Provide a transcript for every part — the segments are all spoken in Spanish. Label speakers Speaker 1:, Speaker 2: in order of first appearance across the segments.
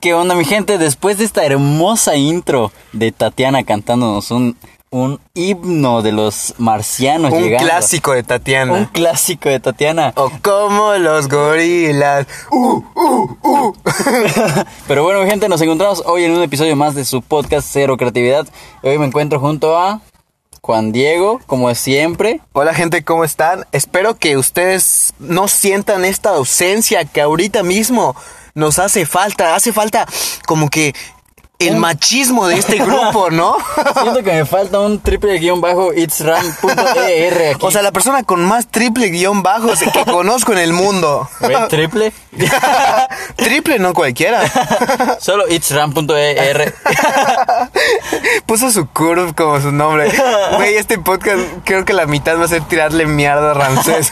Speaker 1: ¿Qué onda mi gente? Después de esta hermosa intro de Tatiana cantándonos un, un himno de los marcianos
Speaker 2: Un
Speaker 1: llegando.
Speaker 2: clásico de Tatiana.
Speaker 1: Un clásico de Tatiana.
Speaker 2: O como los gorilas. Uh, uh, uh.
Speaker 1: Pero bueno mi gente, nos encontramos hoy en un episodio más de su podcast Cero Creatividad. Hoy me encuentro junto a Juan Diego, como siempre.
Speaker 2: Hola gente, ¿cómo están? Espero que ustedes no sientan esta ausencia que ahorita mismo nos hace falta. Hace falta como que el machismo de este grupo, ¿no?
Speaker 1: Siento que me falta un triple guión bajo itsram.er E aquí.
Speaker 2: O sea, la persona con más triple guión bajos que conozco en el mundo.
Speaker 1: Güey, triple.
Speaker 2: triple no cualquiera.
Speaker 1: Solo E itsram.er.
Speaker 2: Puso su curve como su nombre. Güey, este podcast creo que la mitad va a ser tirarle mierda a Ramsés.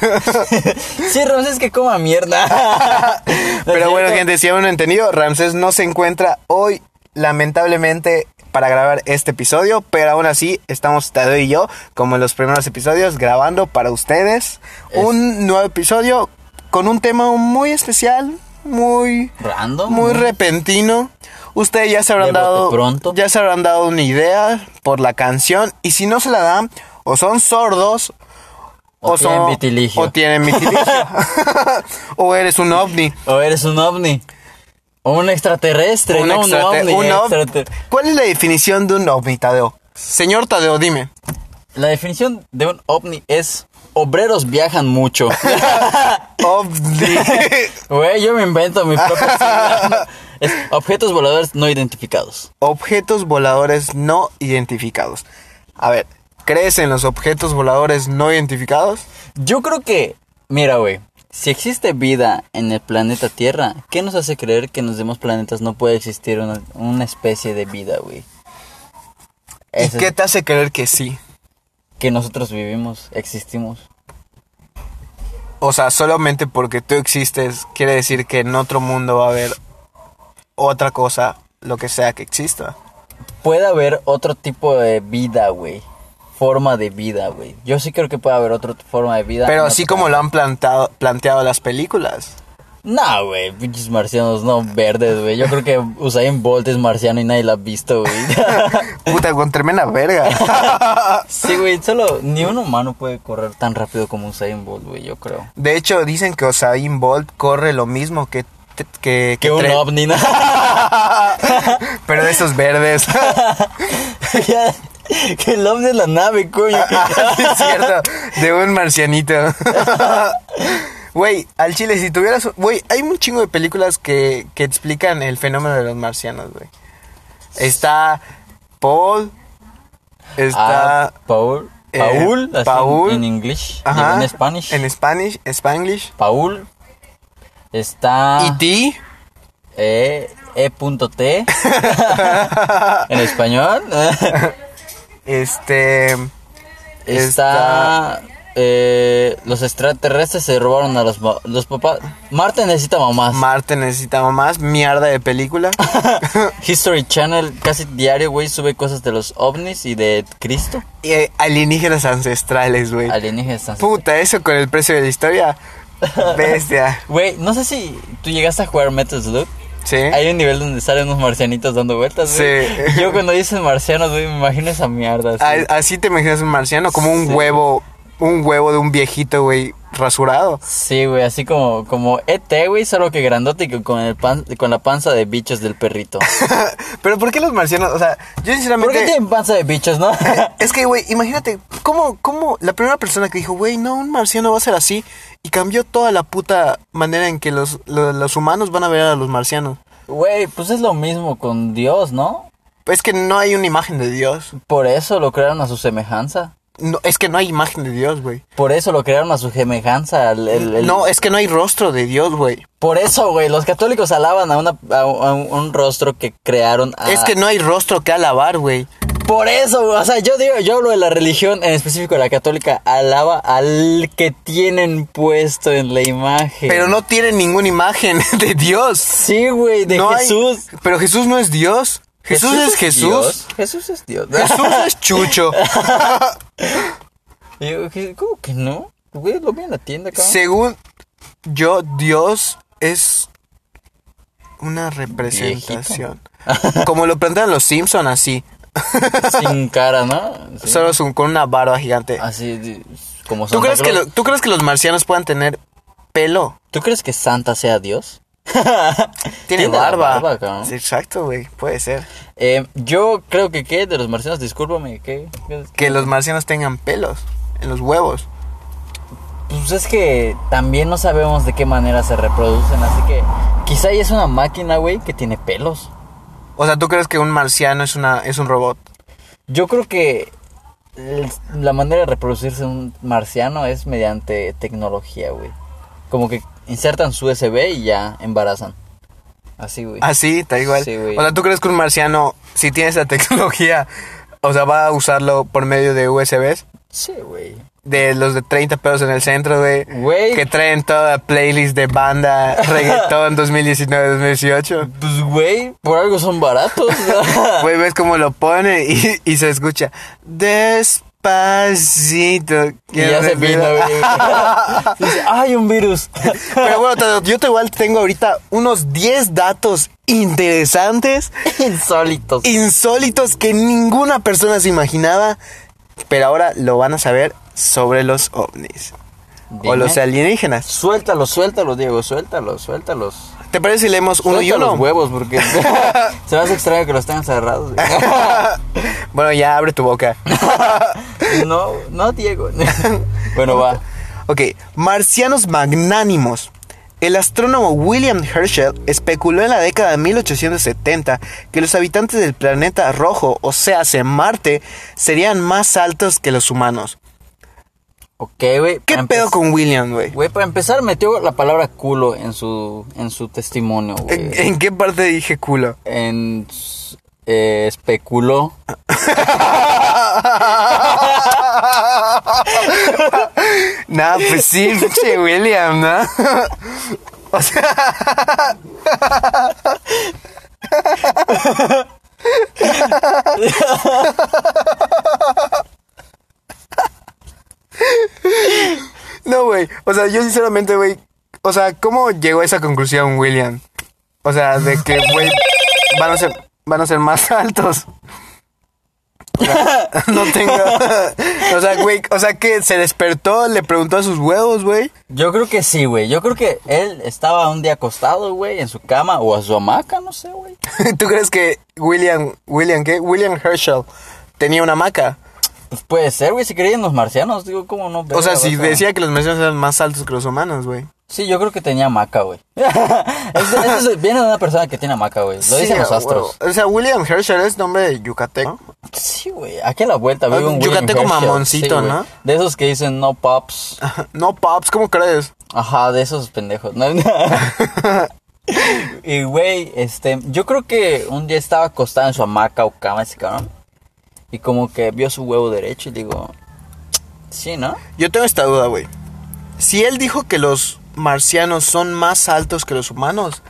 Speaker 1: Sí, Ramses, que coma mierda.
Speaker 2: Pero bueno,
Speaker 1: Cierto.
Speaker 2: gente, si aún no han entendido, Ramsés no se encuentra hoy, lamentablemente, para grabar este episodio, pero aún así estamos Tadeo y yo, como en los primeros episodios, grabando para ustedes
Speaker 1: Es-
Speaker 2: un nuevo episodio con un tema muy especial, muy,
Speaker 1: Random.
Speaker 2: muy repentino. Ustedes ya se habrán
Speaker 1: De bote
Speaker 2: dado,
Speaker 1: pronto.
Speaker 2: ya se habrán dado una idea por la canción, y si no se la dan, o son sordos.
Speaker 1: O tienen
Speaker 2: son-
Speaker 1: vitiligio.
Speaker 2: O tienen vitiligio. o eres un ovni.
Speaker 1: O eres un ovni. O un extraterrestre,
Speaker 2: Un
Speaker 1: no
Speaker 2: extrate-
Speaker 1: un ovni.
Speaker 2: un ov-
Speaker 1: extrater-
Speaker 2: ¿Cuál es la definición de un ovni, Tadeo? Señor Tadeo, dime.
Speaker 1: La definición de un ovni es obreros viajan mucho.
Speaker 2: Ovni.
Speaker 1: Güey, yo me invento mi propio signo. Es objetos voladores no identificados.
Speaker 2: objetos voladores no identificados. A ver, ¿crees en los objetos voladores no identificados?
Speaker 1: Yo creo que, mira, güey, si existe vida en el planeta Tierra, ¿qué nos hace creer que en los demás planetas no puede existir una, una especie de vida, güey?
Speaker 2: ¿Y
Speaker 1: Eso es
Speaker 2: qué te hace creer que sí?
Speaker 1: que nosotros vivimos, existimos.
Speaker 2: O sea, solamente porque tú existes quiere decir que en otro mundo va a haber otra cosa, lo que sea que exista.
Speaker 1: Puede haber otro tipo de vida, güey. Forma de vida, güey. Yo sí creo que puede haber otra forma de vida.
Speaker 2: Pero
Speaker 1: No
Speaker 2: así
Speaker 1: te-
Speaker 2: como lo han plantado, planteado las películas.
Speaker 1: No, güey, pinches marcianos no verdes, güey. Yo creo que Usain Bolt es marciano y nadie lo ha visto, güey.
Speaker 2: Puta, con tremenda verga.
Speaker 1: sí, güey, solo ni un humano puede correr tan rápido como Usain Bolt, güey, yo creo.
Speaker 2: De hecho, dicen que Usain Bolt corre lo mismo que... Que, que
Speaker 1: Que un
Speaker 2: tre-
Speaker 1: ovni, ¿no?
Speaker 2: Pero de esos verdes.
Speaker 1: Ya, que el ovni es la nave, coño.
Speaker 2: Sí, es cierto. De un marcianito. Güey, al chile, si tuvieras... Güey, hay un chingo de películas que, que explican el fenómeno de los marcianos, güey. Está Paul. Está...
Speaker 1: Ah, Paul.
Speaker 2: eh,
Speaker 1: Paul, así en-
Speaker 2: Paul.
Speaker 1: en inglés. Ah,
Speaker 2: ajá,
Speaker 1: En Spanish.
Speaker 2: En Spanish. Spanglish.
Speaker 1: Paul. Está.
Speaker 2: Y ti.
Speaker 1: E, E.T. en español.
Speaker 2: Este...
Speaker 1: Está. eh, los extraterrestres se robaron a los, ma- los papás. Marte necesita mamás.
Speaker 2: Marte necesitaba más mierda de película.
Speaker 1: History Channel casi diario, güey, sube cosas de los ovnis y de Cristo.
Speaker 2: y eh, alienígenas ancestrales, güey.
Speaker 1: Alienígenas. trans-
Speaker 2: Puta, eso con el precio de la historia. Bestia.
Speaker 1: Güey, no sé si tú llegaste a jugar Metal Slug.
Speaker 2: Sí.
Speaker 1: Hay un nivel donde salen unos marcianitos dando vueltas, güey.
Speaker 2: ¿Eh? Sí.
Speaker 1: Yo cuando dicen marcianos, güey, me imagino esa mierda. así.
Speaker 2: A- Así te imaginas un marciano, como un
Speaker 1: Sí.
Speaker 2: huevo, un huevo de un viejito, güey, rasurado.
Speaker 1: Sí, güey, así como, como ET, güey, solo que grandote y que con, el pan, con la panza de bichos del perrito.
Speaker 2: Pero ¿por qué los marcianos? O sea, yo
Speaker 1: ¿Por qué
Speaker 2: sinceramente...
Speaker 1: tienen panza de bichos, no?
Speaker 2: Es que, güey, imagínate, ¿cómo, cómo la primera persona que dijo, güey, no, un marciano va a ser así? Y cambió toda la puta manera en que los, lo- los, humanos van a ver a los marcianos.
Speaker 1: Güey, pues es lo mismo con Dios, ¿no?
Speaker 2: Es que no hay una imagen de Dios.
Speaker 1: Por eso lo crearon a su semejanza.
Speaker 2: No, es que no hay imagen de Dios, güey.
Speaker 1: Por eso lo crearon a su semejanza. el- el- el-
Speaker 2: No, eh. es que no hay rostro de Dios, güey.
Speaker 1: Por eso, güey, los católicos alaban a, una, a, un- a un rostro que crearon a...
Speaker 2: Es que no hay rostro que alabar, güey.
Speaker 1: Por eso, güey, o sea, yo digo, yo hablo de la religión, en específico la católica, alaba al que tienen puesto en la imagen.
Speaker 2: Pero no tiene ninguna imagen de Dios.
Speaker 1: Sí, güey, de
Speaker 2: No hay-
Speaker 1: Jesús.
Speaker 2: pero Jesús no es Dios. Jesús, es Jesús.
Speaker 1: Dios. Jesús es Dios.
Speaker 2: Jesús es Chucho.
Speaker 1: Y yo, ¿qué- ¿Cómo que no? Güey, lo vi en la tienda, cabrón.
Speaker 2: Según yo, Dios es una representación. Como lo plantean los Simpson así.
Speaker 1: Sin cara, ¿no? Sí. Ah,
Speaker 2: Solo es un- con una barba gigante.
Speaker 1: Así de- como
Speaker 2: ¿Tú
Speaker 1: Santa
Speaker 2: crees, que
Speaker 1: Claus.
Speaker 2: lo- ¿Tú crees que los marcianos puedan tener pelo?
Speaker 1: ¿Tú crees que Santa sea Dios?
Speaker 2: Tiene,
Speaker 1: la
Speaker 2: barba.
Speaker 1: cabrón.
Speaker 2: Sí, Exacto, güey. Puede ser.
Speaker 1: Eh, yo creo que qué, de los marcianos, discúlpame, ¿qué? ¿Qué-
Speaker 2: Que los marcianos tengan pelos en los huevos.
Speaker 1: Pues es que también no sabemos de qué manera se reproducen, así que quizá ahí es una máquina, güey, que tiene pelos.
Speaker 2: O sea, ¿tú crees que un marciano es, una, es un robot?
Speaker 1: Yo creo que el- la manera de reproducirse un marciano es mediante tecnología, güey. Como que insertan su USB y ya embarazan. Así, güey.
Speaker 2: Así, tal igual.
Speaker 1: Sí, güey.
Speaker 2: o sea, ¿tú crees que un marciano, si tiene esa tecnología, o sea, va a usarlo por medio de USBs?
Speaker 1: Sí, güey.
Speaker 2: De los de 30 pelos en el centro, güey.
Speaker 1: Güey.
Speaker 2: Que traen toda playlist de banda reggaetón 2019-2018.
Speaker 1: Pues, güey, por algo son baratos.
Speaker 2: Güey, ves cómo lo pone y, y se escucha. Despacito.
Speaker 1: y ya se vino, güey. Dice, ¡Ay, un virus!
Speaker 2: Pero bueno, te- yo te igual tengo ahorita unos 10 datos interesantes,
Speaker 1: Insólitos.
Speaker 2: insólitos que ninguna persona se imaginaba, pero ahora lo van a saber sobre los ovnis o
Speaker 1: Dime.
Speaker 2: los alienígenas.
Speaker 1: Suéltalos, suéltalos, Diego, suéltalos, suéltalos.
Speaker 2: ¿Te parece si leemos uno
Speaker 1: Suelta
Speaker 2: y uno?
Speaker 1: los huevos porque se me hace extraño que los tengan cerrados.
Speaker 2: bueno, ya abre tu boca.
Speaker 1: no, no, Diego. bueno, va.
Speaker 2: Ok, marcianos magnánimos. El astrónomo William Herschel especuló en la década de 1870 que los habitantes del planeta rojo, o sea, Marte, serían más altos que los humanos.
Speaker 1: Ok, güey.
Speaker 2: ¿Qué
Speaker 1: para
Speaker 2: pedo
Speaker 1: empe-
Speaker 2: con William, güey?
Speaker 1: Güey, para empezar metió la palabra culo en su, en su testimonio,
Speaker 2: ¿En,
Speaker 1: güey.
Speaker 2: en qué parte dije culo?
Speaker 1: En... s- eh, especuló.
Speaker 2: Nah, pues sí, pinche William, ¿no? O sea, no, güey. O sea, yo sinceramente, güey. O sea, ¿cómo llegó a esa conclusión, William? O sea, de que, güey, van a ser, van a ser más altos. O sea, no tengo. O sea, güey, o sea que se despertó, le preguntó a sus huevos, güey.
Speaker 1: Yo creo que sí, güey. Yo creo que él estaba un día acostado, güey, en su cama o a su hamaca, no sé, güey.
Speaker 2: ¿Tú crees que William, William, ¿qué? William Herschel tenía una hamaca?
Speaker 1: Pues puede ser, güey, si creían los marcianos, digo, ¿cómo no?
Speaker 2: O sea, si
Speaker 1: Verga,
Speaker 2: decía que los marcianos eran más altos que los humanos, güey.
Speaker 1: Sí, yo creo que tenía maca, güey. Eso- eso es- viene de una persona que tiene maca, güey. Lo
Speaker 2: Sí,
Speaker 1: dicen los
Speaker 2: a
Speaker 1: astros.
Speaker 2: huevo. O sea, William Herschel es nombre de yucateco.
Speaker 1: Sí, güey. Aquí a la vuelta vive
Speaker 2: Ah,
Speaker 1: un
Speaker 2: yucateco
Speaker 1: William Herschel.
Speaker 2: mamoncito,
Speaker 1: Sí, güey.
Speaker 2: ¿no?
Speaker 1: De esos que dicen no pops.
Speaker 2: No, Pops, ¿cómo crees?
Speaker 1: Ajá, de esos pendejos. No, no. y, güey, este... Yo creo que un día estaba acostado en su hamaca o cama ese cabrón. Y como que vio su huevo derecho y digo... Sí, ¿no?
Speaker 2: Yo tengo esta duda, güey. Si él dijo que los marcianos son más altos que los humanos,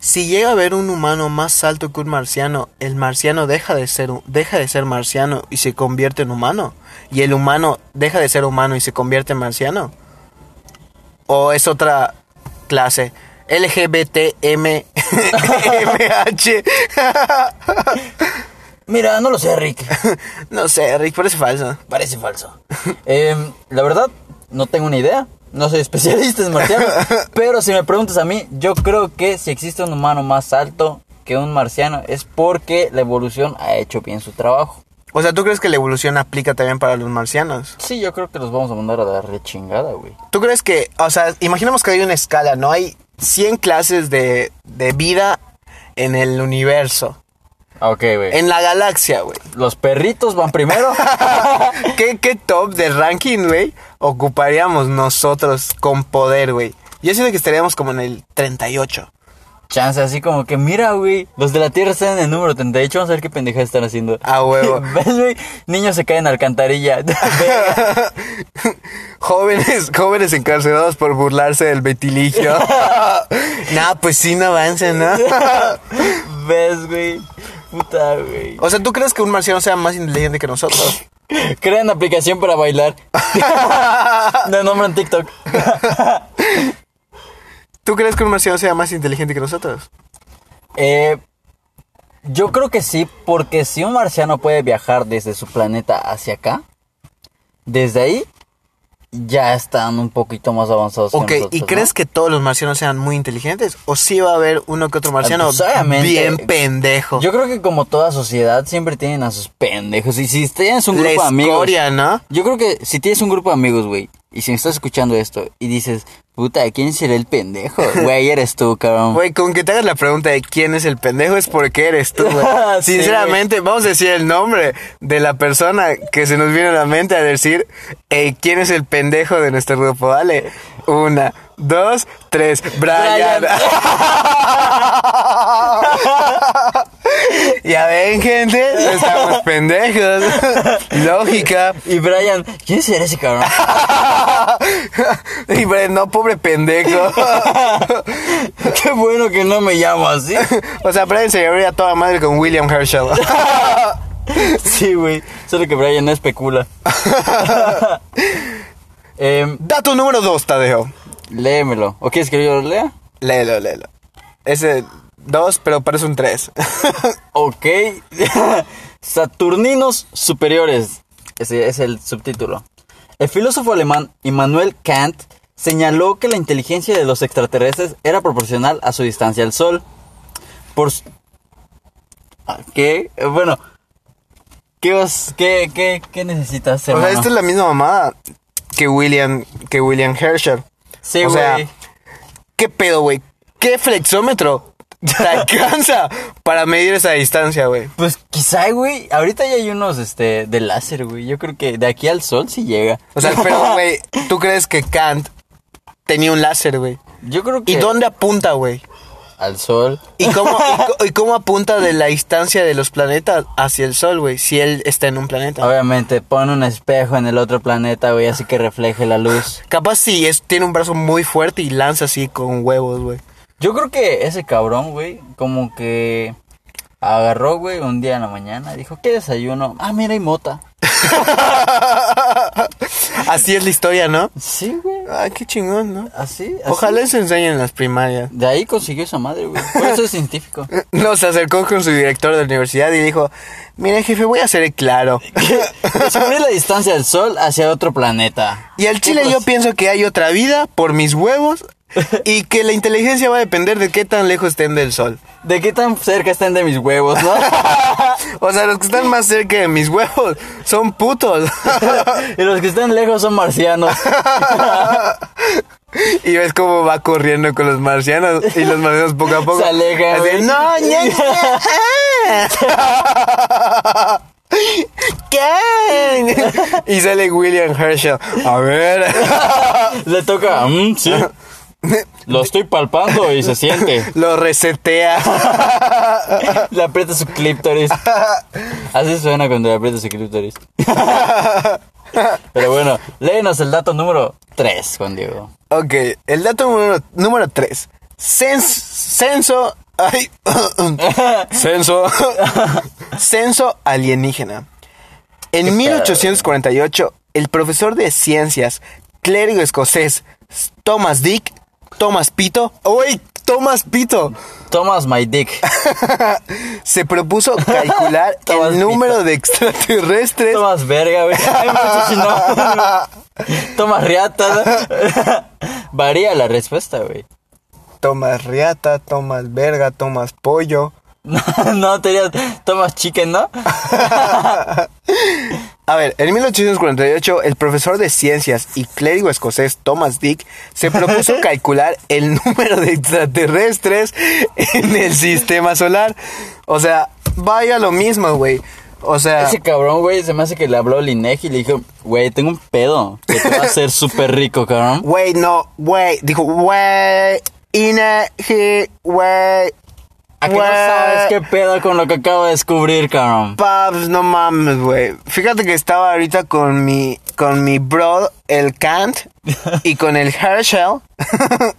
Speaker 2: si llega a haber un humano más alto que un marciano, el marciano deja de ser deja de ser marciano y se convierte en humano, y el humano deja de ser humano y se convierte en marciano. O es otra clase LGBTMH.
Speaker 1: Mira, no lo sé, Rick.
Speaker 2: no sé, Rick, parece falso.
Speaker 1: Parece falso. Em, la verdad, no tengo una idea. No soy especialista en marcianos. pero si me preguntas a mí, yo creo que si existe un humano más alto que un marciano es porque la evolución ha hecho bien su trabajo.
Speaker 2: O sea, ¿tú crees que la evolución aplica también para los marcianos?
Speaker 1: Sí, yo creo que los vamos a mandar a la rechingada, güey.
Speaker 2: ¿Tú crees que, o sea, imaginemos que hay una escala, ¿no? Hay 100 clases de, de vida en el universo,
Speaker 1: Ok, güey.
Speaker 2: en la galaxia, güey.
Speaker 1: Los perritos van primero.
Speaker 2: ¿Qué, ¿Qué top de ranking, güey, ocuparíamos nosotros con poder, güey? Yo siento que estaríamos como en el 38.
Speaker 1: Chance así como que, mira, güey, los de la Tierra están en el número 38. Vamos a ver qué pendeja están haciendo.
Speaker 2: A huevo.
Speaker 1: ¿Ves, güey? Niños se caen en alcantarilla. Verga.
Speaker 2: jóvenes, jóvenes encarcelados por burlarse del vetiligio. nah, pues sí, no avancen, ¿no?
Speaker 1: ¿Ves, güey? Puta, güey.
Speaker 2: o sea, ¿tú crees que un marciano sea más inteligente que nosotros?
Speaker 1: Crean aplicación para bailar. Le nombran TikTok.
Speaker 2: ¿Tú crees que un marciano sea más inteligente que nosotros?
Speaker 1: Eh, yo creo que sí, porque si un marciano puede viajar desde su planeta hacia acá, desde ahí ya están un poquito más avanzados. que
Speaker 2: Ok, ¿y
Speaker 1: nosotros, ¿no?
Speaker 2: crees que todos los marcianos sean muy inteligentes? ¿O sí va a haber uno que otro marciano
Speaker 1: pues, obviamente.
Speaker 2: bien pendejo?
Speaker 1: Yo creo que como toda sociedad siempre tienen a sus pendejos. Y si tienes un
Speaker 2: La
Speaker 1: grupo de amigos...
Speaker 2: escoria, ¿no?
Speaker 1: Yo creo que si tienes un grupo de amigos, güey, y si me estás escuchando esto y dices, puta, ¿quién será el pendejo? Güey, eres tú, cabrón.
Speaker 2: Güey, con que te hagas la pregunta de quién es el pendejo es porque eres tú, güey.
Speaker 1: Sí,
Speaker 2: Sinceramente, vamos a decir el nombre de la persona que se nos viene a la mente a decir "Ey, quién es el pendejo de nuestro grupo. Dale, una, dos, tres, Brian.
Speaker 1: Brian.
Speaker 2: ya ven, gente, no estamos pendejos. Lógica.
Speaker 1: Y Brian, ¿quién será ese cabrón?
Speaker 2: y Brian, no, pobre pendejo.
Speaker 1: Qué bueno que no me llamo así.
Speaker 2: o sea, Brian se llevaría toda madre con William Herschel.
Speaker 1: Sí, güey. Solo que Brian no especula. Em,
Speaker 2: Dato número dos, Tadeo.
Speaker 1: léemelo. ¿O quieres que yo lo lea?
Speaker 2: Léelo, léelo. Ese dos, pero parece un tres.
Speaker 1: Ok. Saturninos superiores. Ese es el subtítulo. El filósofo alemán Immanuel Kant señaló que la inteligencia de los extraterrestres era proporcional a su distancia al Sol. Por... su- Ah, ¿Qué? Eh, Bueno. ¿Qué, os- qué, qué, qué necesitas,
Speaker 2: o
Speaker 1: hermano?
Speaker 2: sea, esta es la misma mamada que William, que William Herschel.
Speaker 1: Sí,
Speaker 2: o sea,
Speaker 1: güey.
Speaker 2: ¿Qué pedo, güey? ¿Qué flexómetro te alcanza para medir esa distancia, güey?
Speaker 1: Pues quizá, güey. Ahorita ya hay unos este, de láser, güey. Yo creo que de aquí al Sol sí llega.
Speaker 2: O sea, pero, güey, ¿tú crees que Kant tenía un láser, güey?
Speaker 1: Yo creo que...
Speaker 2: ¿Y dónde apunta, güey?
Speaker 1: Al Sol.
Speaker 2: ¿Y cómo, y co- y cómo apunta de la distancia de los planetas hacia el Sol, güey? Si él está en un planeta.
Speaker 1: Obviamente, pon un espejo en el otro planeta, güey, así que refleje la luz.
Speaker 2: Capaz si es, tiene un brazo muy fuerte y lanza así con huevos, güey.
Speaker 1: Yo creo que ese cabrón, güey, como que agarró, güey, un día en la mañana, dijo, ¿qué desayuno? Ah, mira, y mota.
Speaker 2: Así es la historia, ¿no?
Speaker 1: Sí, güey,
Speaker 2: Ah, qué chingón, ¿no?
Speaker 1: así, así.
Speaker 2: Ojalá se enseñen en las primarias.
Speaker 1: De ahí consiguió esa madre, güey. Por eso es científico.
Speaker 2: Nos acercó con su director de la universidad y dijo, mira jefe, voy a ser el claro.
Speaker 1: Descubrí la distancia del Sol hacia otro planeta.
Speaker 2: Y al chile yo
Speaker 1: Putas.
Speaker 2: pienso que hay otra vida por mis huevos y que la inteligencia va a depender de qué tan lejos estén del sol.
Speaker 1: ¿De qué tan cerca están de mis huevos, no?
Speaker 2: O sea, los que están más cerca de mis huevos son putos.
Speaker 1: y los que están lejos son marcianos.
Speaker 2: Y ves cómo va corriendo con los marcianos y los marcianos poco a poco
Speaker 1: Se alejan,
Speaker 2: así,
Speaker 1: güey.
Speaker 2: No, ñe, ñe". ¿Qué? Y sale William Herschel. A ver.
Speaker 1: Le toca, "Mm, sí. Lo estoy palpando y se siente.
Speaker 2: Lo resetea.
Speaker 1: Le aprieta su clítoris. Así suena cuando le aprieta su clítoris. Pero bueno, léenos el dato número 3, Juan Diego.
Speaker 2: Ok, el dato número, número 3. censo. Ay. censo. censo alienígena. En 1848, el profesor de ciencias, clérigo escocés, Thomas Dick, Thomas Pito, ¡Uy! Thomas Pito
Speaker 1: Thomas My Dick.
Speaker 2: se propuso calcular
Speaker 1: Thomas
Speaker 2: el
Speaker 1: Pito.
Speaker 2: número de extraterrestres
Speaker 1: Thomas Verga, güey. Hay muchos sinónimos. Thomas Riata. Varía la respuesta, güey.
Speaker 2: Thomas Riata, Thomas Verga, Thomas Pollo.
Speaker 1: No, no, tenías Thomas Chicken, ¿no?
Speaker 2: A ver, en 1848, el profesor de ciencias y clérigo escocés Thomas Dick se propuso calcular el número de extraterrestres en el sistema solar. O sea, vaya lo mismo, güey. O sea,
Speaker 1: Ese cabrón, güey, se me hace que le habló al Inegi y le dijo, güey, tengo un pedo que te va a hacer súper rico, cabrón.
Speaker 2: güey, no, güey. Dijo, güey, Inegi, güey,
Speaker 1: ¿A que no
Speaker 2: Güey.
Speaker 1: sabes qué pedo con lo que acabo de descubrir, cabrón?
Speaker 2: Pabs, no mames, güey. Fíjate que estaba ahorita con mi, con mi bro, el Kant, y con el Herschel.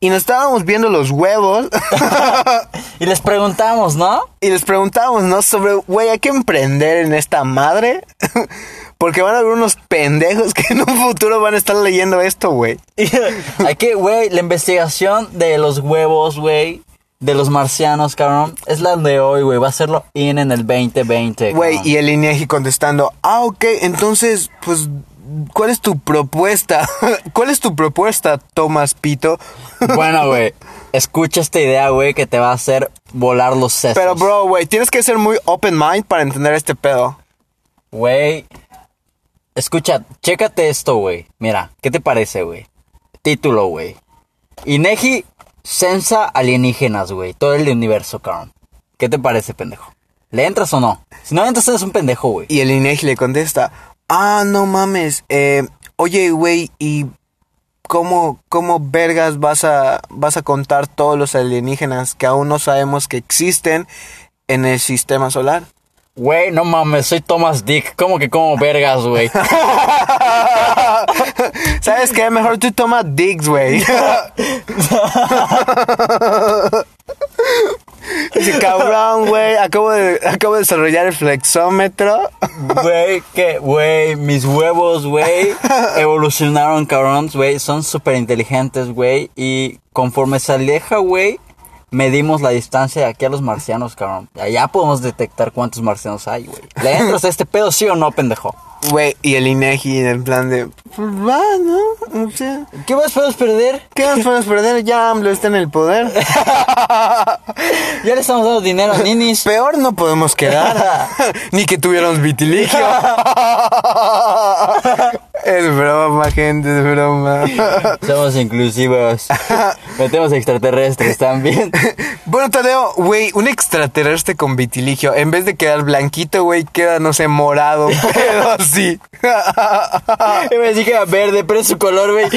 Speaker 2: y nos estábamos viendo los huevos.
Speaker 1: Y les preguntamos, ¿no?
Speaker 2: y les preguntábamos, ¿no? Sobre, güey, hay que emprender en esta madre. Porque van a haber unos pendejos que en un futuro van a estar leyendo esto, güey.
Speaker 1: Aquí, güey, la investigación de los huevos, güey. de los marcianos, cabrón, es la de hoy, güey. Va a ser lo in en el 2020.
Speaker 2: Güey,
Speaker 1: cabrón.
Speaker 2: y el INEGI contestando, ah, ok, entonces, pues, ¿cuál es tu propuesta? ¿Cuál es tu propuesta, Tomás Pito?
Speaker 1: Bueno, güey, escucha esta idea, güey, que te va a hacer volar los sesos.
Speaker 2: Pero, bro, güey, tienes que ser muy open mind para entender este pedo.
Speaker 1: Güey, escucha, chécate esto, güey. Mira, ¿qué te parece, güey? Título, güey. Inegi censa alienígenas, güey. Todo el universo, cabrón. ¿Qué te parece, pendejo? ¿Le entras o no? Si no le entras, eres un pendejo, güey.
Speaker 2: Y el INEGI le contesta, ah, no mames, eh, oye, güey, ¿y cómo, cómo vergas vas a, vas a contar todos los alienígenas que aún no sabemos que existen en el sistema solar?
Speaker 1: Güey, no mames, soy Thomas Dick. ¿Cómo que como vergas, güey?
Speaker 2: ¿Sabes qué? Mejor tú toma Diggs, güey. Dice, cabrón, güey, acabo de, acabo de desarrollar el flexómetro.
Speaker 1: Güey, que, güey, mis huevos, güey, evolucionaron, cabrón, güey, son súper inteligentes, güey, y conforme se aleja, güey, medimos la distancia de aquí a los marcianos, cabrón. Allá podemos detectar cuántos marcianos hay, güey. ¿Le entras a este pedo, sí o no, pendejo?
Speaker 2: Güey, y el Inegi en el plan de, pues va, ¿no? O sea,
Speaker 1: ¿Qué más podemos perder?
Speaker 2: ¿qué más podemos perder? Ya AMLO está en el poder.
Speaker 1: Ya le estamos dando dinero a ninis.
Speaker 2: Peor no podemos quedar. Ni que tuviéramos vitiligio. es broma, gente, es broma.
Speaker 1: Somos inclusivos. Metemos extraterrestres también.
Speaker 2: Bueno, Tadeo, güey, un extraterrestre con vitiligio, en vez de quedar blanquito, güey, queda, no sé, morado, pero así.
Speaker 1: Iba a decir que era verde, pero es su color, güey.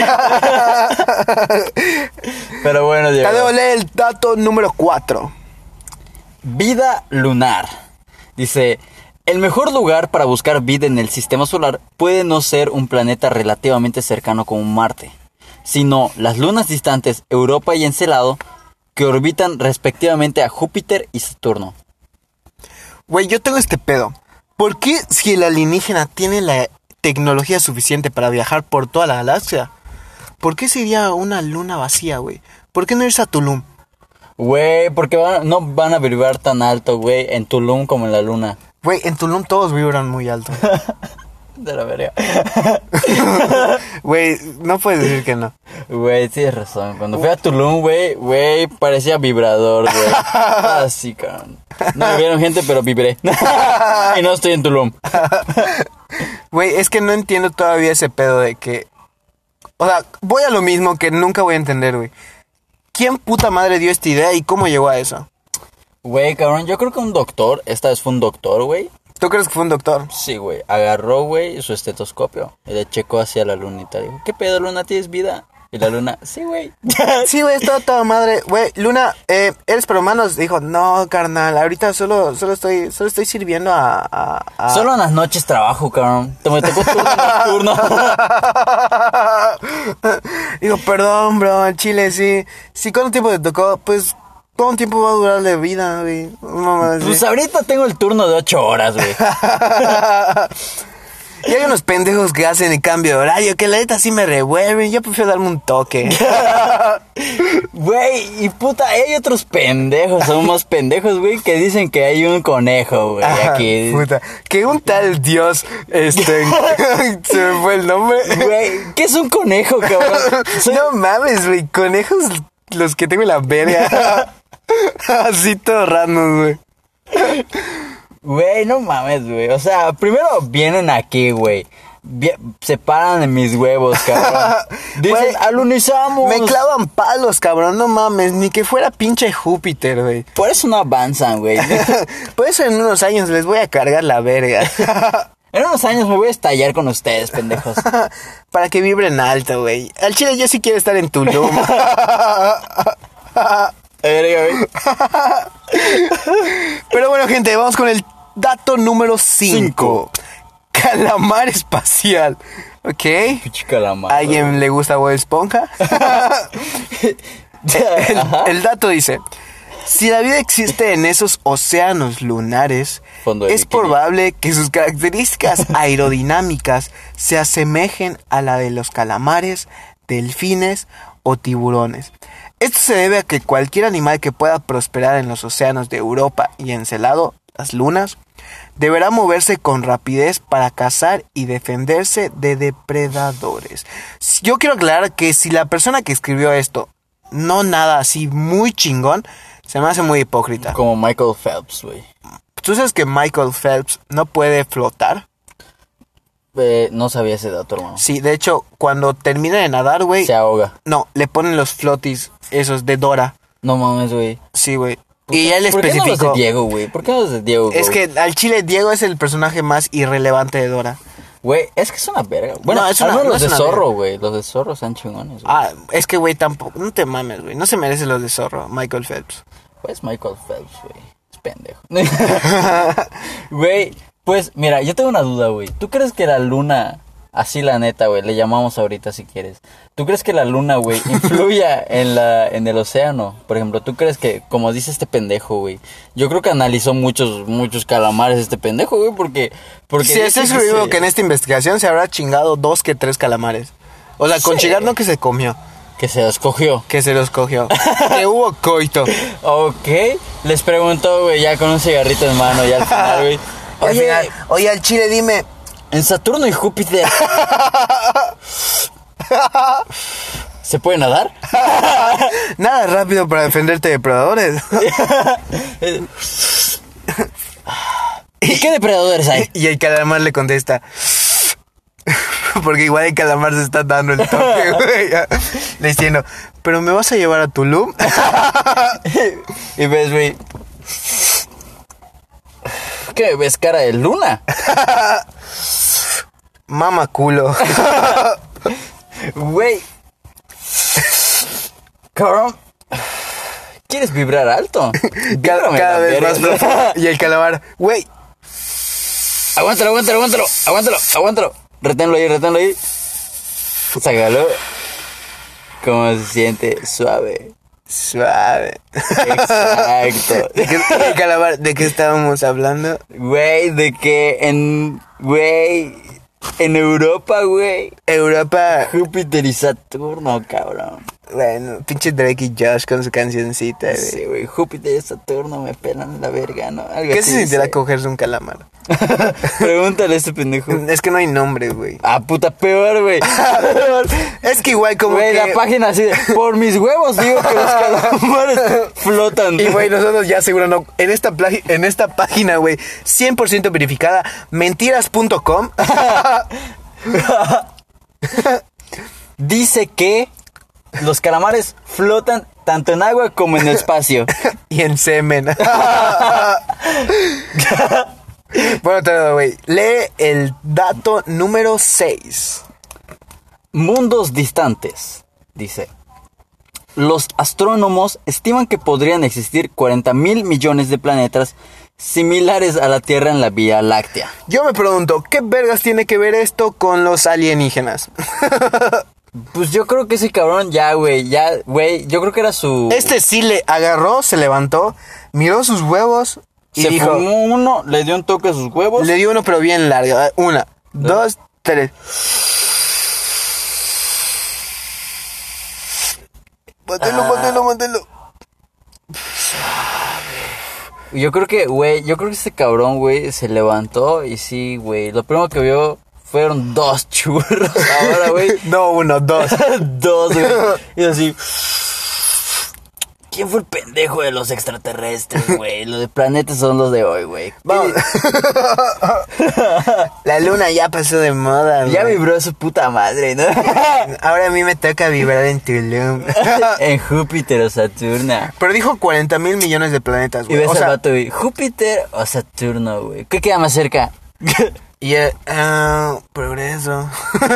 Speaker 1: Pero bueno, Diego.
Speaker 2: Tadeo, lee el dato número 4.
Speaker 1: Vida lunar. Dice, el mejor lugar para buscar vida en el sistema solar puede no ser un planeta relativamente cercano como Marte, sino las lunas distantes Europa y Encelado que orbitan respectivamente a Júpiter y Saturno.
Speaker 2: Güey, yo tengo este pedo. ¿Por qué si el alienígena tiene la tecnología suficiente para viajar por toda la galaxia? ¿Por qué sería una luna vacía, güey? ¿Por qué no irse a Tulum?
Speaker 1: Güey, porque van- no van a vibrar tan alto, güey, en Tulum como en la luna.
Speaker 2: Güey, en Tulum todos vibran muy alto.
Speaker 1: De la verga.
Speaker 2: Güey, no puedes decir que no.
Speaker 1: Güey, tienes razón. Cuando fui a Tulum, güey, güey, parecía vibrador, güey. Así, cabrón. No me vieron gente, pero vibré. y no estoy en Tulum.
Speaker 2: Güey, es que no entiendo todavía ese pedo de que. O sea, voy a lo mismo que nunca voy a entender, güey. ¿Quién puta madre dio esta idea y cómo llegó a eso?
Speaker 1: Güey, cabrón, yo creo que un doctor, esta vez fue un doctor, güey.
Speaker 2: ¿Tú crees que fue un doctor?
Speaker 1: Sí, güey. Agarró, güey, su estetoscopio y le checó hacia la lunita. Dijo, ¿qué pedo, luna? ¿Tienes vida? Y la luna, sí, güey.
Speaker 2: Sí, güey, está toda madre. Güey, Luna, eh, ¿eres para humanos? Dijo, no, carnal, ahorita solo, solo, estoy, solo estoy sirviendo a. a- a-
Speaker 1: Solo en las noches trabajo, cabrón. Te me tocó turno nocturno.
Speaker 2: Dijo, perdón, bro, al chile, sí. Sí, ¿cuánto tiempo te tocó? Pues, ¿cuánto tiempo va a durar de vida, güey? Una mamada así.
Speaker 1: Pues ahorita tengo el turno de ocho horas, güey.
Speaker 2: Y hay unos pendejos que hacen el cambio de horario que la neta sí me revuelven. Yo prefiero darme un toque.
Speaker 1: Güey, y puta, hay otros pendejos, son más pendejos, güey, que dicen que hay un conejo, güey, aquí.
Speaker 2: Puta, que un tal dios, este, se me fue el nombre.
Speaker 1: Güey, ¿qué es un conejo, cabrón? Soy-
Speaker 2: No mames, güey, conejos los que tengo en la verga. Así todo random, güey.
Speaker 1: Güey, no mames, güey. O sea, primero vienen aquí, güey. Vi- Se paran en mis huevos, cabrón. Dicen,
Speaker 2: Güey,
Speaker 1: alunizamos.
Speaker 2: Me clavan palos, cabrón, no mames, ni que fuera pinche Júpiter, güey.
Speaker 1: Por eso no avanzan, güey.
Speaker 2: Por eso en unos años les voy a cargar la verga.
Speaker 1: En unos años me voy a estallar con ustedes, pendejos.
Speaker 2: Para que vibren alto, güey. Al chile yo sí quiero estar en Tulum.
Speaker 1: Verga, güey.
Speaker 2: Pero bueno, gente, vamos con el dato número 5.
Speaker 1: Cinco.
Speaker 2: Calamar espacial. Ok.
Speaker 1: Pinche calamar,
Speaker 2: ¿A alguien le gusta Bob Esponja?
Speaker 1: güey.
Speaker 2: El,
Speaker 1: Ajá.
Speaker 2: el dato dice: Si la vida existe en esos océanos lunares,
Speaker 1: Fondo de
Speaker 2: es
Speaker 1: bikini.
Speaker 2: probable que sus características aerodinámicas se asemejen a la de los calamares, delfines o tiburones. Esto se debe a que cualquier animal que pueda prosperar en los océanos de Europa y encelado, las lunas, deberá moverse con rapidez para cazar y defenderse de depredadores. Si- Yo quiero aclarar que si la persona que escribió esto no nada así muy chingón, se me hace muy hipócrita.
Speaker 1: Como Michael Phelps, güey.
Speaker 2: ¿Tú sabes que Michael Phelps no puede flotar?
Speaker 1: Eh, no sabía ese dato, hermano.
Speaker 2: Sí, de hecho, cuando termina de nadar, güey,
Speaker 1: Se ahoga.
Speaker 2: no, le ponen los flotis esos de Dora.
Speaker 1: No mames, güey.
Speaker 2: Sí, güey. Y él
Speaker 1: ¿Por qué no los de
Speaker 2: especificó.
Speaker 1: Diego, güey? ¿Por qué no los de Diego?
Speaker 2: Es
Speaker 1: güey?
Speaker 2: que al chile Diego es el personaje más irrelevante de Dora.
Speaker 1: Güey, es que es una verga. Bueno,
Speaker 2: No, es
Speaker 1: al
Speaker 2: una-
Speaker 1: menos
Speaker 2: no
Speaker 1: los
Speaker 2: es
Speaker 1: de
Speaker 2: una
Speaker 1: Zorro, güey. Los de Zorro están chingones, güey.
Speaker 2: Ah, es que güey tampoco, no te mames, güey, no se merece los de zorro, Michael Phelps.
Speaker 1: Pues Michael Phelps, güey. Es pendejo. Güey, pues mira, yo tengo una duda, güey. ¿Tú crees que la luna, así la neta, güey, le llamamos ahorita si quieres. ¿Tú crees que la luna, güey, influya en, la, en el océano? Por ejemplo, ¿tú crees que, como dice este pendejo, güey, yo creo que analizó muchos, muchos calamares este pendejo, güey, porque... porque
Speaker 2: Sí, estoy
Speaker 1: dice
Speaker 2: seguro
Speaker 1: se-
Speaker 2: que en esta investigación se habrá chingado dos que tres calamares. O sea, con
Speaker 1: Sí.
Speaker 2: chingar no que se comió,
Speaker 1: que se escogió.
Speaker 2: que se los cogió, que hubo coito.
Speaker 1: Ok, les pregunto, güey, ya con un cigarrito en mano, ya al final, güey.
Speaker 2: Y al
Speaker 1: Oye,
Speaker 2: final, oye, al chile dime,
Speaker 1: En Saturno y Júpiter. ¿Se puede nadar?
Speaker 2: nada rápido para defenderte de depredadores.
Speaker 1: ¿Y qué depredadores hay?
Speaker 2: y el calamar le contesta, porque igual el calamar se está dando el toque, güey, le diciendo, pero me vas a llevar a Tulum.
Speaker 1: Y ves, güey. ¿Qué? ¿Ves cara de luna?
Speaker 2: Mama culo.
Speaker 1: Güey. Cabrón. ¿Quieres vibrar alto?
Speaker 2: Cada,
Speaker 1: Víbrame
Speaker 2: cada
Speaker 1: la
Speaker 2: vez
Speaker 1: verga.
Speaker 2: más profundo. Y el calamar, güey,
Speaker 1: Aguántalo, aguántalo, aguántalo. Aguántalo, aguántalo. Reténlo ahí, reténlo ahí. Sácalo. ¿Cómo se siente? Suave.
Speaker 2: suave.
Speaker 1: Exacto.
Speaker 2: ¿De qué, el calamar, ¿de qué estábamos hablando?
Speaker 1: Güey, de que en. Güey. En Europa, güey.
Speaker 2: Europa,
Speaker 1: Júpiter y Saturno, cabrón.
Speaker 2: bueno, pinche Drake y Josh con su cancioncita. güey.
Speaker 1: Sí, güey. Júpiter y Saturno me pelan la verga, ¿no? Algo
Speaker 2: ¿Qué
Speaker 1: así
Speaker 2: se sentirá
Speaker 1: dice.
Speaker 2: cogerse un calamar?
Speaker 1: Pregúntale a este pendejo.
Speaker 2: Es que no hay nombre, güey.
Speaker 1: Ah, puta, peor, güey.
Speaker 2: Es que igual como
Speaker 1: Güey,
Speaker 2: que...
Speaker 1: la página así de, Por mis huevos, digo que los calamares flotan.
Speaker 2: Y güey, nosotros ya seguro no. En esta, pla- en esta página, güey, 100% verificada, mentiras.com.
Speaker 1: Dice que los calamares flotan tanto en agua como en el espacio.
Speaker 2: Y en semen. bueno, te lo doy, güey. Lee el dato número 6.
Speaker 1: Mundos distantes, dice. Los astrónomos estiman que podrían existir 40 mil millones de planetas similares a la Tierra en la Vía Láctea.
Speaker 2: Yo me pregunto, ¿qué vergas tiene que ver esto con los alienígenas?
Speaker 1: Uh. Pues yo creo que ese cabrón ya, güey, ya, güey, yo creo que era su...
Speaker 2: Este sí le agarró, se levantó, miró sus huevos y
Speaker 1: se
Speaker 2: dijo,
Speaker 1: fumó uno, le dio un toque a sus huevos.
Speaker 2: le dio uno pero bien largo. ¿eh? Una, dos, tres. Mátelo, mátelo, mátelo.
Speaker 1: Yo creo que, güey, yo creo que este cabrón, güey, se levantó y sí, güey, lo primero que vio fueron dos churros ahora, güey.
Speaker 2: No, uno, dos.
Speaker 1: Dos, güey. Y así. ¿Quién fue el pendejo de los extraterrestres, güey? Los de planetas son los de hoy, güey.
Speaker 2: Vamos. La luna ya pasó de moda.
Speaker 1: Ya
Speaker 2: güey.
Speaker 1: vibró su puta madre, ¿no?
Speaker 2: Ahora a mí me toca vibrar en Tulum. Eh,
Speaker 1: en Júpiter o Saturno.
Speaker 2: Pero dijo 40 mil millones de planetas,
Speaker 1: Y
Speaker 2: güey.
Speaker 1: ves
Speaker 2: O
Speaker 1: al
Speaker 2: sea,
Speaker 1: vato, güey. Júpiter o Saturno, güey. ¿Qué queda más cerca?
Speaker 2: y el- ah, progreso.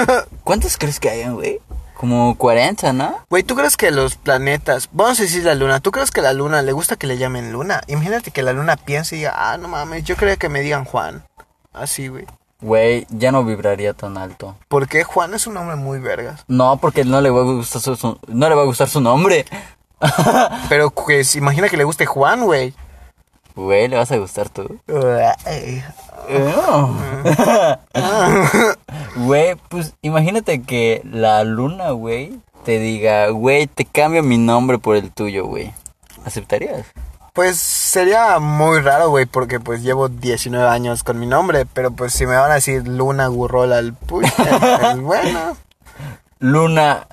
Speaker 1: ¿Cuántos crees que hayan, güey? Como 40, ¿no?
Speaker 2: Güey, ¿tú crees que los planetas, vamos a decir la luna, ¿tú crees que la luna le gusta que le llamen luna? Imagínate que la luna piense y diga, ah, no mames, yo creía que me digan Juan. Así, güey.
Speaker 1: Güey, ya no vibraría tan alto.
Speaker 2: Porque Juan es un hombre muy vergas.
Speaker 1: No, porque no le va a gustar su, su- no le va a gustar su nombre.
Speaker 2: Pero pues, imagina que le guste Juan, güey.
Speaker 1: Güey, le vas a gustar tú.
Speaker 2: Ay.
Speaker 1: Oh. Güey, pues imagínate que la luna, güey, te diga, güey, te cambio mi nombre por el tuyo, güey? ¿Aceptarías?
Speaker 2: Pues sería muy raro, güey, porque pues llevo 19 años con mi nombre, pero pues si me van a decir Luna Gurrola al puta, pues bueno.
Speaker 1: Luna.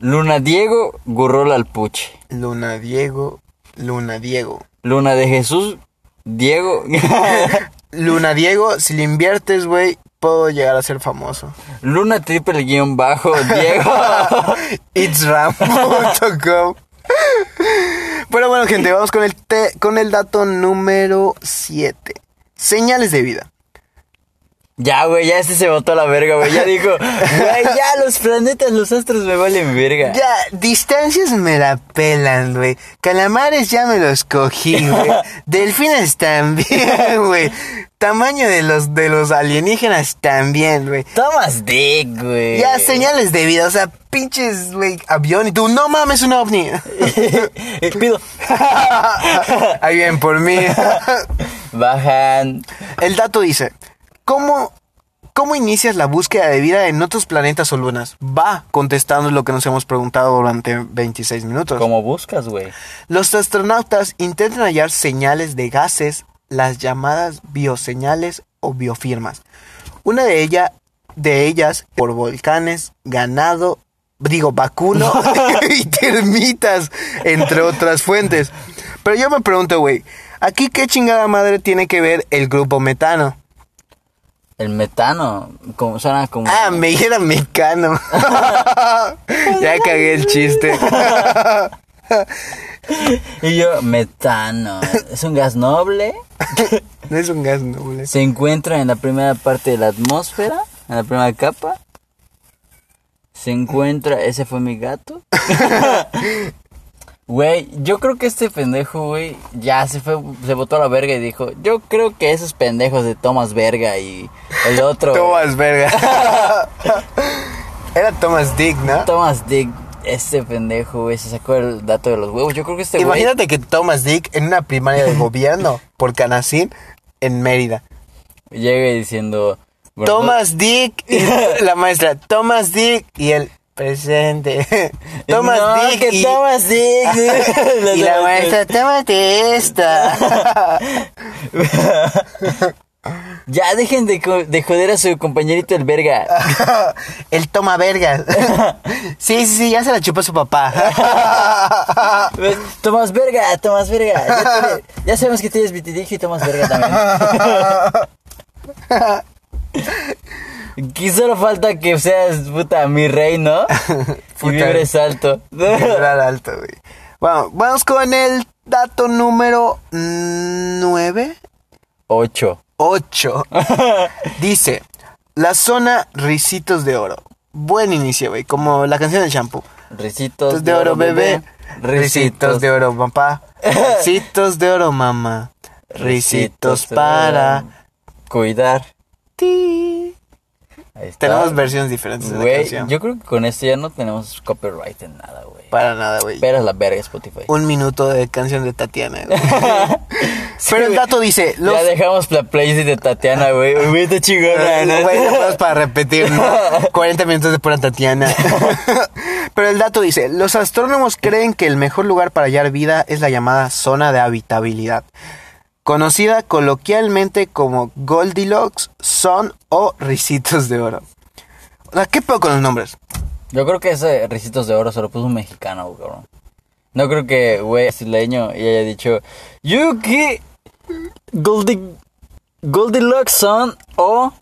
Speaker 1: Luna Diego Gurrola Alpuche.
Speaker 2: Luna Diego, Luna Diego.
Speaker 1: Luna de Jesús Diego.
Speaker 2: Luna Diego, si le inviertes, güey, puedo llegar a ser famoso.
Speaker 1: Luna triple guión bajo Diego.
Speaker 2: Itsram.com Pero bueno, gente, vamos con el, te- con el dato número 7. Señales de vida.
Speaker 1: ya, güey, ya este se botó a la verga, güey. Ya dijo, güey, ya los planetas, los astros me valen verga.
Speaker 2: Ya, distancias me la pelan, güey. Calamares ya me los cogí, güey. Delfines también, güey. Tamaño de los, de los alienígenas también, güey.
Speaker 1: Tomas dick, güey.
Speaker 2: Ya, señales de vida, o sea, pinches, güey, avión y tú, no mames, un ovni.
Speaker 1: Pido.
Speaker 2: Ahí bien, por mí.
Speaker 1: Bajan.
Speaker 2: El dato dice, ¿cómo, ¿cómo inicias la búsqueda de vida en otros planetas o lunas? Va contestando lo que nos hemos preguntado durante 26 minutos.
Speaker 1: ¿Cómo buscas, güey?
Speaker 2: Los astronautas intentan hallar señales de gases, las llamadas bioseñales o biofirmas. Una de, ella, de ellas por volcanes, ganado, digo, vacuno y termitas, entre otras fuentes. Pero yo me pregunto, güey, ¿aquí qué chingada madre tiene que ver el grupo metano?
Speaker 1: El metano. Como, suena como.
Speaker 2: Ah, me era mecano. ya cagué el chiste.
Speaker 1: Y yo, metano. Es un gas noble.
Speaker 2: no es un gas noble.
Speaker 1: Se encuentra en la primera parte de la atmósfera, en la primera capa. Se encuentra, ese fue mi gato. Güey, yo creo que este pendejo, güey, ya se fue, se botó a la verga y dijo, yo creo que esos pendejos de Tomás Verga y el otro, güey,
Speaker 2: Tomás, verga. Era Thomas Dick, ¿no?
Speaker 1: Thomas Dick, este pendejo, güey, se sacó el dato de los huevos. Yo creo que este güey,
Speaker 2: Imagínate que Thomas Dick en una primaria de gobierno por Canacín en Mérida.
Speaker 1: llega diciendo, "Gordo-
Speaker 2: Thomas Dick y la maestra, Thomas Dick y el presente. Thomas
Speaker 1: No,
Speaker 2: Dick
Speaker 1: que
Speaker 2: y,
Speaker 1: Thomas Dick.
Speaker 2: y la maestra, tómate esta.
Speaker 1: Ya dejen de, co- de joder a su compañerito el verga.
Speaker 2: el toma vergas. sí, sí, sí, ya se la chupó su papá. Pues,
Speaker 1: ¿Ves? Tomás verga, Tomás verga. Ya, te- ya sabemos que tienes vitiligo y Tomás verga también. Aquí solo falta que seas puta mi rey, ¿no? Y
Speaker 2: Puta.
Speaker 1: vibres alto.
Speaker 2: Vibrar alto, güey. Bueno, vamos con el dato número 9.
Speaker 1: Ocho.
Speaker 2: 8. Dice, la zona Ricitos de Oro. Buen inicio, güey, como la canción del shampoo.
Speaker 1: Ricitos
Speaker 2: Ricitos de oro, bebé.
Speaker 1: Ricitos
Speaker 2: Ricitos de oro, papá. Ricitos de oro, mamá. Ricitos para
Speaker 1: Cuidar.
Speaker 2: ti.
Speaker 1: Ahí está.
Speaker 2: Tenemos versiones diferentes de la
Speaker 1: Güey,
Speaker 2: canción.
Speaker 1: yo creo que con esto ya no tenemos copyright en nada, güey.
Speaker 2: Para nada, güey.
Speaker 1: Pero es la verga Spotify.
Speaker 2: Un minuto de canción de Tatiana, güey. Pero el dato dice, los
Speaker 1: Ya dejamos la playlist de Tatiana, güey. Uy, está chingona, ¿no?
Speaker 2: Bueno, güey, ya vamos para repetir, ¿no? 40 minutos de pura Tatiana. Pero el dato dice, los astrónomos creen que el mejor lugar para hallar vida es la llamada zona de habitabilidad, conocida coloquialmente como Goldilocks, Sun o Ricitos de Oro. O sea, ¿qué pedo con los nombres?
Speaker 1: Yo creo que ese Ricitos de Oro se lo puso un mexicano, güey, cabrón. No creo que, güey, brasileño y haya dicho, Yuki Goldi, Goldilocks son o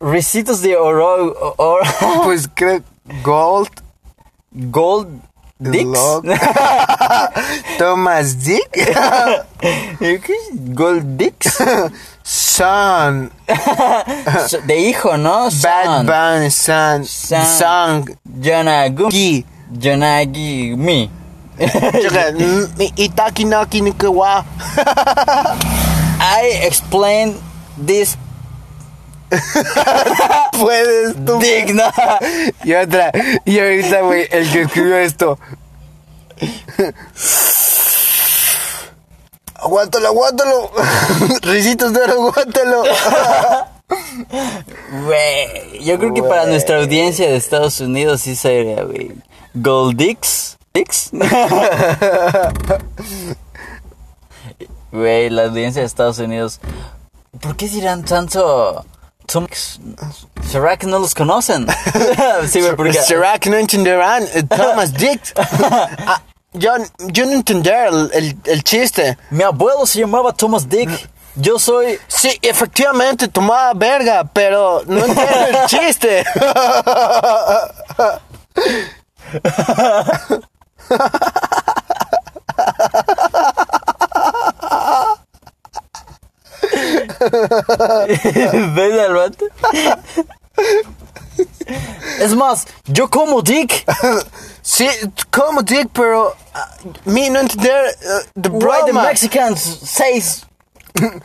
Speaker 1: Ricitos de Oro, o- o-
Speaker 2: Pues creo Gold,
Speaker 1: Gold Dicks.
Speaker 2: Lock. Thomas Dick,
Speaker 1: Yuki Gold Dicks.
Speaker 2: Sun,
Speaker 1: So- De hijo, ¿no?
Speaker 2: Bad
Speaker 1: Son.
Speaker 2: Bunny, Sun,
Speaker 1: Sun.
Speaker 2: Song,
Speaker 1: Yonagumi.
Speaker 2: Gi.
Speaker 1: Yonagi, mi.
Speaker 2: Choca, mm, Itaki no Kinike wa.
Speaker 1: I explain this
Speaker 2: Puedes tú.
Speaker 1: dick, ¿no?
Speaker 2: Y otra. Y ahorita, güey, el que escribió esto. Aguántalo, aguántalo. Ricitos de oro, aguántalo.
Speaker 1: Güey, yo creo que para nuestra audiencia de Estados Unidos sí sería, güey. Gold Dicks. ¿Dicks? Güey, la audiencia de Estados Unidos. ¿Por qué dirán tanto? Son... Shrek no los conocen. sí, güey, porque.
Speaker 2: Shrek no entenderán eh, Thomas Dick. Ah, yo, yo no entenderé el, el- el chiste.
Speaker 1: Mi abuelo se llamaba Thomas Dick. Yo soy.
Speaker 2: Sí, efectivamente, tomaba verga, pero no entiendo el chiste.
Speaker 1: ¿Ves al vato? Es más, yo como Dick.
Speaker 2: Sí, como Dick, pero ah, me no entender eh, the
Speaker 1: Why the
Speaker 2: broma.
Speaker 1: Mexicans says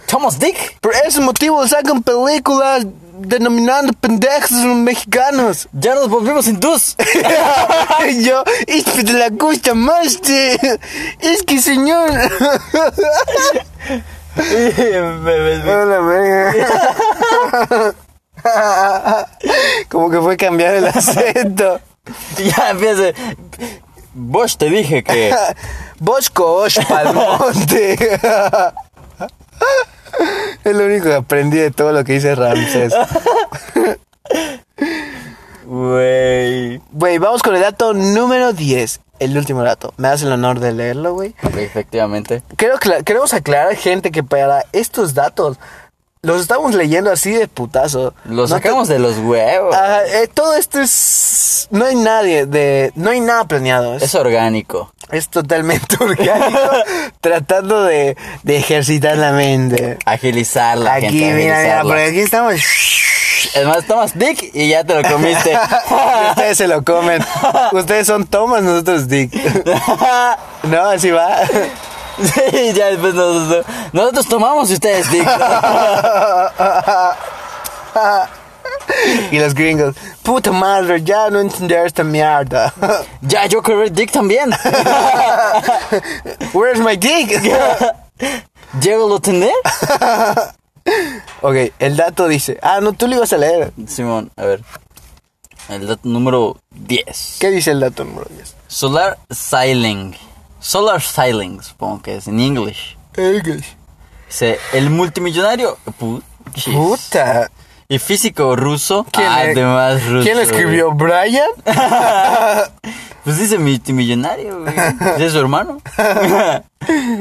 Speaker 1: Thomas Dick?
Speaker 2: Por ese motivo sacan películas denominando pendejos a los mexicanos.
Speaker 1: Ya nos volvimos hindús.
Speaker 2: Y yo, es que te la gusta más, sí. Es que señor. Hola, verga. Como que fue cambiar el acento.
Speaker 1: ya empieza. Vos te dije que.
Speaker 2: Bosco Osh Palmonte. Es lo único que aprendí de todo lo que dice Ramses.
Speaker 1: Güey.
Speaker 2: Güey, vamos con el dato número 10. El último dato. ¿Me das el honor de leerlo, güey?
Speaker 1: Efectivamente.
Speaker 2: Creo que la- queremos aclarar, gente, que para estos datos los estamos leyendo así de putazo.
Speaker 1: Lo
Speaker 2: No te-
Speaker 1: sacamos de los huevos.
Speaker 2: Ajá, eh, todo esto es... No hay nadie de... No hay nada planeado. Es,
Speaker 1: Es orgánico.
Speaker 2: es totalmente orgánico. tratando de, de ejercitar la mente.
Speaker 1: Agilizar la
Speaker 2: Aquí,
Speaker 1: gente.
Speaker 2: mira, mira,
Speaker 1: agilizarla.
Speaker 2: por aquí estamos.
Speaker 1: Además, tomas dick y ya te lo comiste.
Speaker 2: Ustedes se lo comen. Ustedes son Thomas, nosotros Dick. No, así va.
Speaker 1: sí, ya después nosotros, nosotros tomamos y ustedes dick.
Speaker 2: Y los gringos. Puta madre, ya no entender esta mierda.
Speaker 1: ya, yo quería dick también.
Speaker 2: Where's my dick?
Speaker 1: ¿Llego a lo tener?
Speaker 2: ok, el dato dice. Ah, no, tú lo ibas a leer.
Speaker 1: Simón, a ver. El dato número 10.
Speaker 2: ¿Qué dice el dato número 10?
Speaker 1: Solar Siling. Solar Siling, supongo que es en English. Dice, el multimillonario pu- chis.
Speaker 2: Puta.
Speaker 1: y físico ruso,
Speaker 2: ¿Quién le-
Speaker 1: además Ah, ruso.
Speaker 2: ¿Quién lo escribió? ¿Brian?
Speaker 1: Pues dice multimillonario, güey. ¿Es su hermano?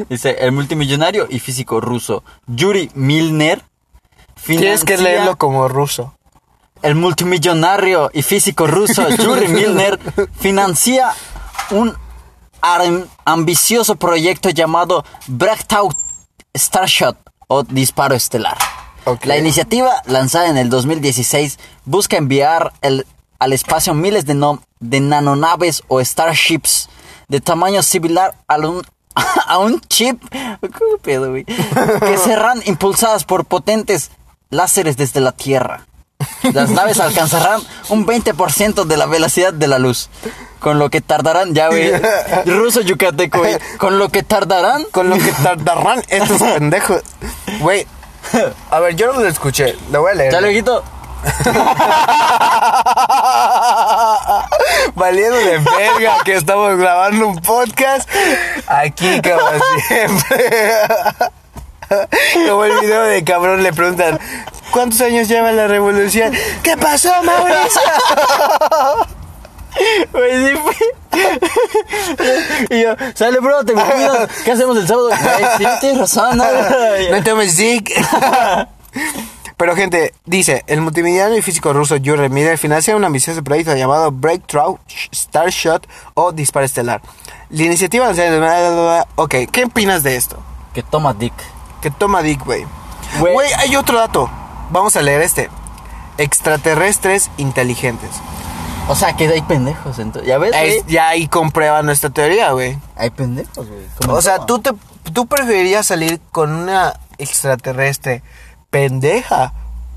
Speaker 1: dice, el multimillonario y físico ruso Yuri Milner.
Speaker 2: Tienes que
Speaker 1: financia-
Speaker 2: leerlo como ruso.
Speaker 1: El multimillonario y físico ruso Yuri Milner financia un ar- ambicioso proyecto llamado Breakout Starshot o Disparo Estelar.
Speaker 2: Ok.
Speaker 1: La iniciativa, lanzada en el 2016, busca enviar el- al espacio miles de, no- de nanonaves o starships de tamaño similar a un, a un chip ¿Qué pedo, güey? que serán impulsadas por potentes láseres desde la Tierra. Las naves alcanzarán un 20% de la velocidad de la luz. Con lo que tardarán, ya, güey. Ruso yucateco, güey. Con lo que tardarán.
Speaker 2: Con lo que tardarán estos pendejos. Güey. A ver, yo no lo escuché. Lo voy a leer.
Speaker 1: Ya, luego.
Speaker 2: Valiendo de verga que estamos grabando un podcast aquí como siempre. Como el video de cabrón le preguntan, ¿cuántos años lleva la revolución? ¿Qué pasó, Mauricio?
Speaker 1: Güey, sí fue. Y yo, sale, bro, te me cuidas. ¿Qué hacemos el sábado? Güey, sí, tienes razón, ¿no?
Speaker 2: No tomes dick. Pero gente, dice, el multimillonario y físico ruso Yuri Miller financia un ambicioso proyecto llamado Breakthrough Starshot o Disparo Estelar. La iniciativa... Ok, ¿qué opinas de esto?
Speaker 1: Que toma dick.
Speaker 2: Que toma Dick, güey.
Speaker 1: Güey.
Speaker 2: Güey, hay otro dato. Vamos a leer este. Extraterrestres inteligentes.
Speaker 1: O sea, que hay pendejos, entonces. ¿Ya ves,
Speaker 2: Ahí-
Speaker 1: güey?
Speaker 2: ya ahí comprueba nuestra teoría, güey.
Speaker 1: Hay pendejos, güey.
Speaker 2: O sea,
Speaker 1: Toma.
Speaker 2: ¿tú, te, ¿tú preferirías salir con una extraterrestre pendeja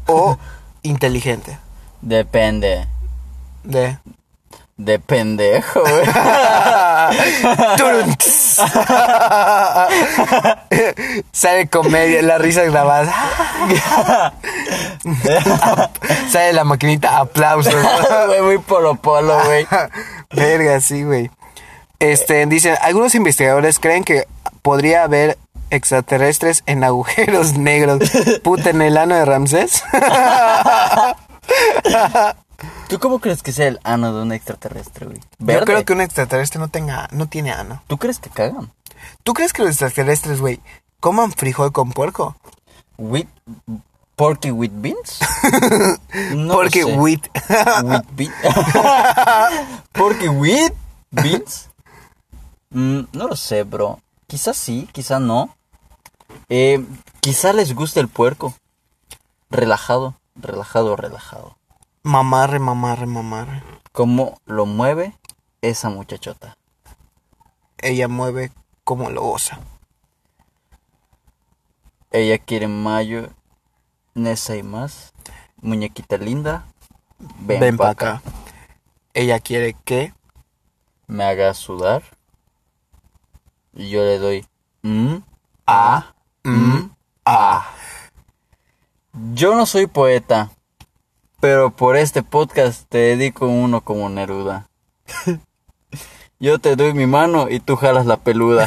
Speaker 2: o inteligente?
Speaker 1: Depende.
Speaker 2: De...
Speaker 1: De pendejo, güey.
Speaker 2: Turun, tss. Sale comedia, la risa grabada. Sale la maquinita, aplausos.
Speaker 1: Güey, muy polo polo, güey.
Speaker 2: Verga, sí, güey. Este, dicen, algunos investigadores creen que podría haber extraterrestres en agujeros negros. Puta, en el ano de Ramsés.
Speaker 1: ¿Tú cómo crees que sea el ano de un extraterrestre, güey?
Speaker 2: Yo
Speaker 1: Verde.
Speaker 2: creo que un extraterrestre no tenga, no tiene ano.
Speaker 1: ¿Tú crees que cagan?
Speaker 2: ¿Tú crees que los extraterrestres, güey, coman frijol con puerco?
Speaker 1: ¿Wheat? ¿Porky with beans? No pues
Speaker 2: Porque
Speaker 1: sé.
Speaker 2: wheat.
Speaker 1: With beans. Porque with beans. Mm, no lo sé, bro. Quizás sí, quizás no. Eh, quizás les guste el puerco. Relajado, relajado, relajado.
Speaker 2: Mamarre, mamarre, mamarre.
Speaker 1: Cómo lo mueve esa muchachota.
Speaker 2: Ella mueve como lo goza.
Speaker 1: Ella quiere mayo, Nessa y más. Muñequita linda, ven,
Speaker 2: Ven,
Speaker 1: pa'
Speaker 2: pa'
Speaker 1: acá.
Speaker 2: acá. Ella quiere que
Speaker 1: Me haga sudar. Y yo le doy. mm, ah".
Speaker 2: a mm, a
Speaker 1: Yo no soy poeta, pero por este podcast te dedico uno como Neruda. Yo te doy mi mano y tú jalas la peluda.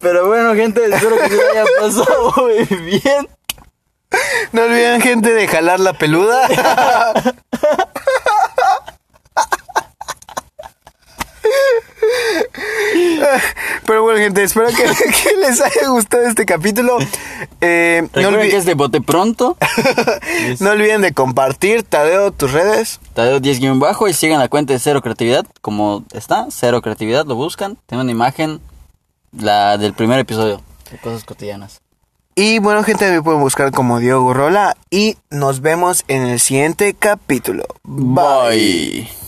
Speaker 1: Pero bueno, gente, espero que se lo haya pasado muy bien.
Speaker 2: No olviden, gente, de jalar la peluda. Pero bueno, gente, espero que, que les haya gustado este capítulo. Eh, no,
Speaker 1: Recuerden
Speaker 2: olvi-
Speaker 1: que es de bote pronto.
Speaker 2: no olviden de compartir, Tadeo, tus redes.
Speaker 1: Tadeo 10 guión bajo y sigan la cuenta de Cero Creatividad. Como está, Cero Creatividad, lo buscan. Tengo una imagen, la del primer episodio, de cosas cotidianas.
Speaker 2: Y bueno, gente, me pueden buscar como Diogo Rola. Y nos vemos en el siguiente capítulo. Bye.
Speaker 1: Bye.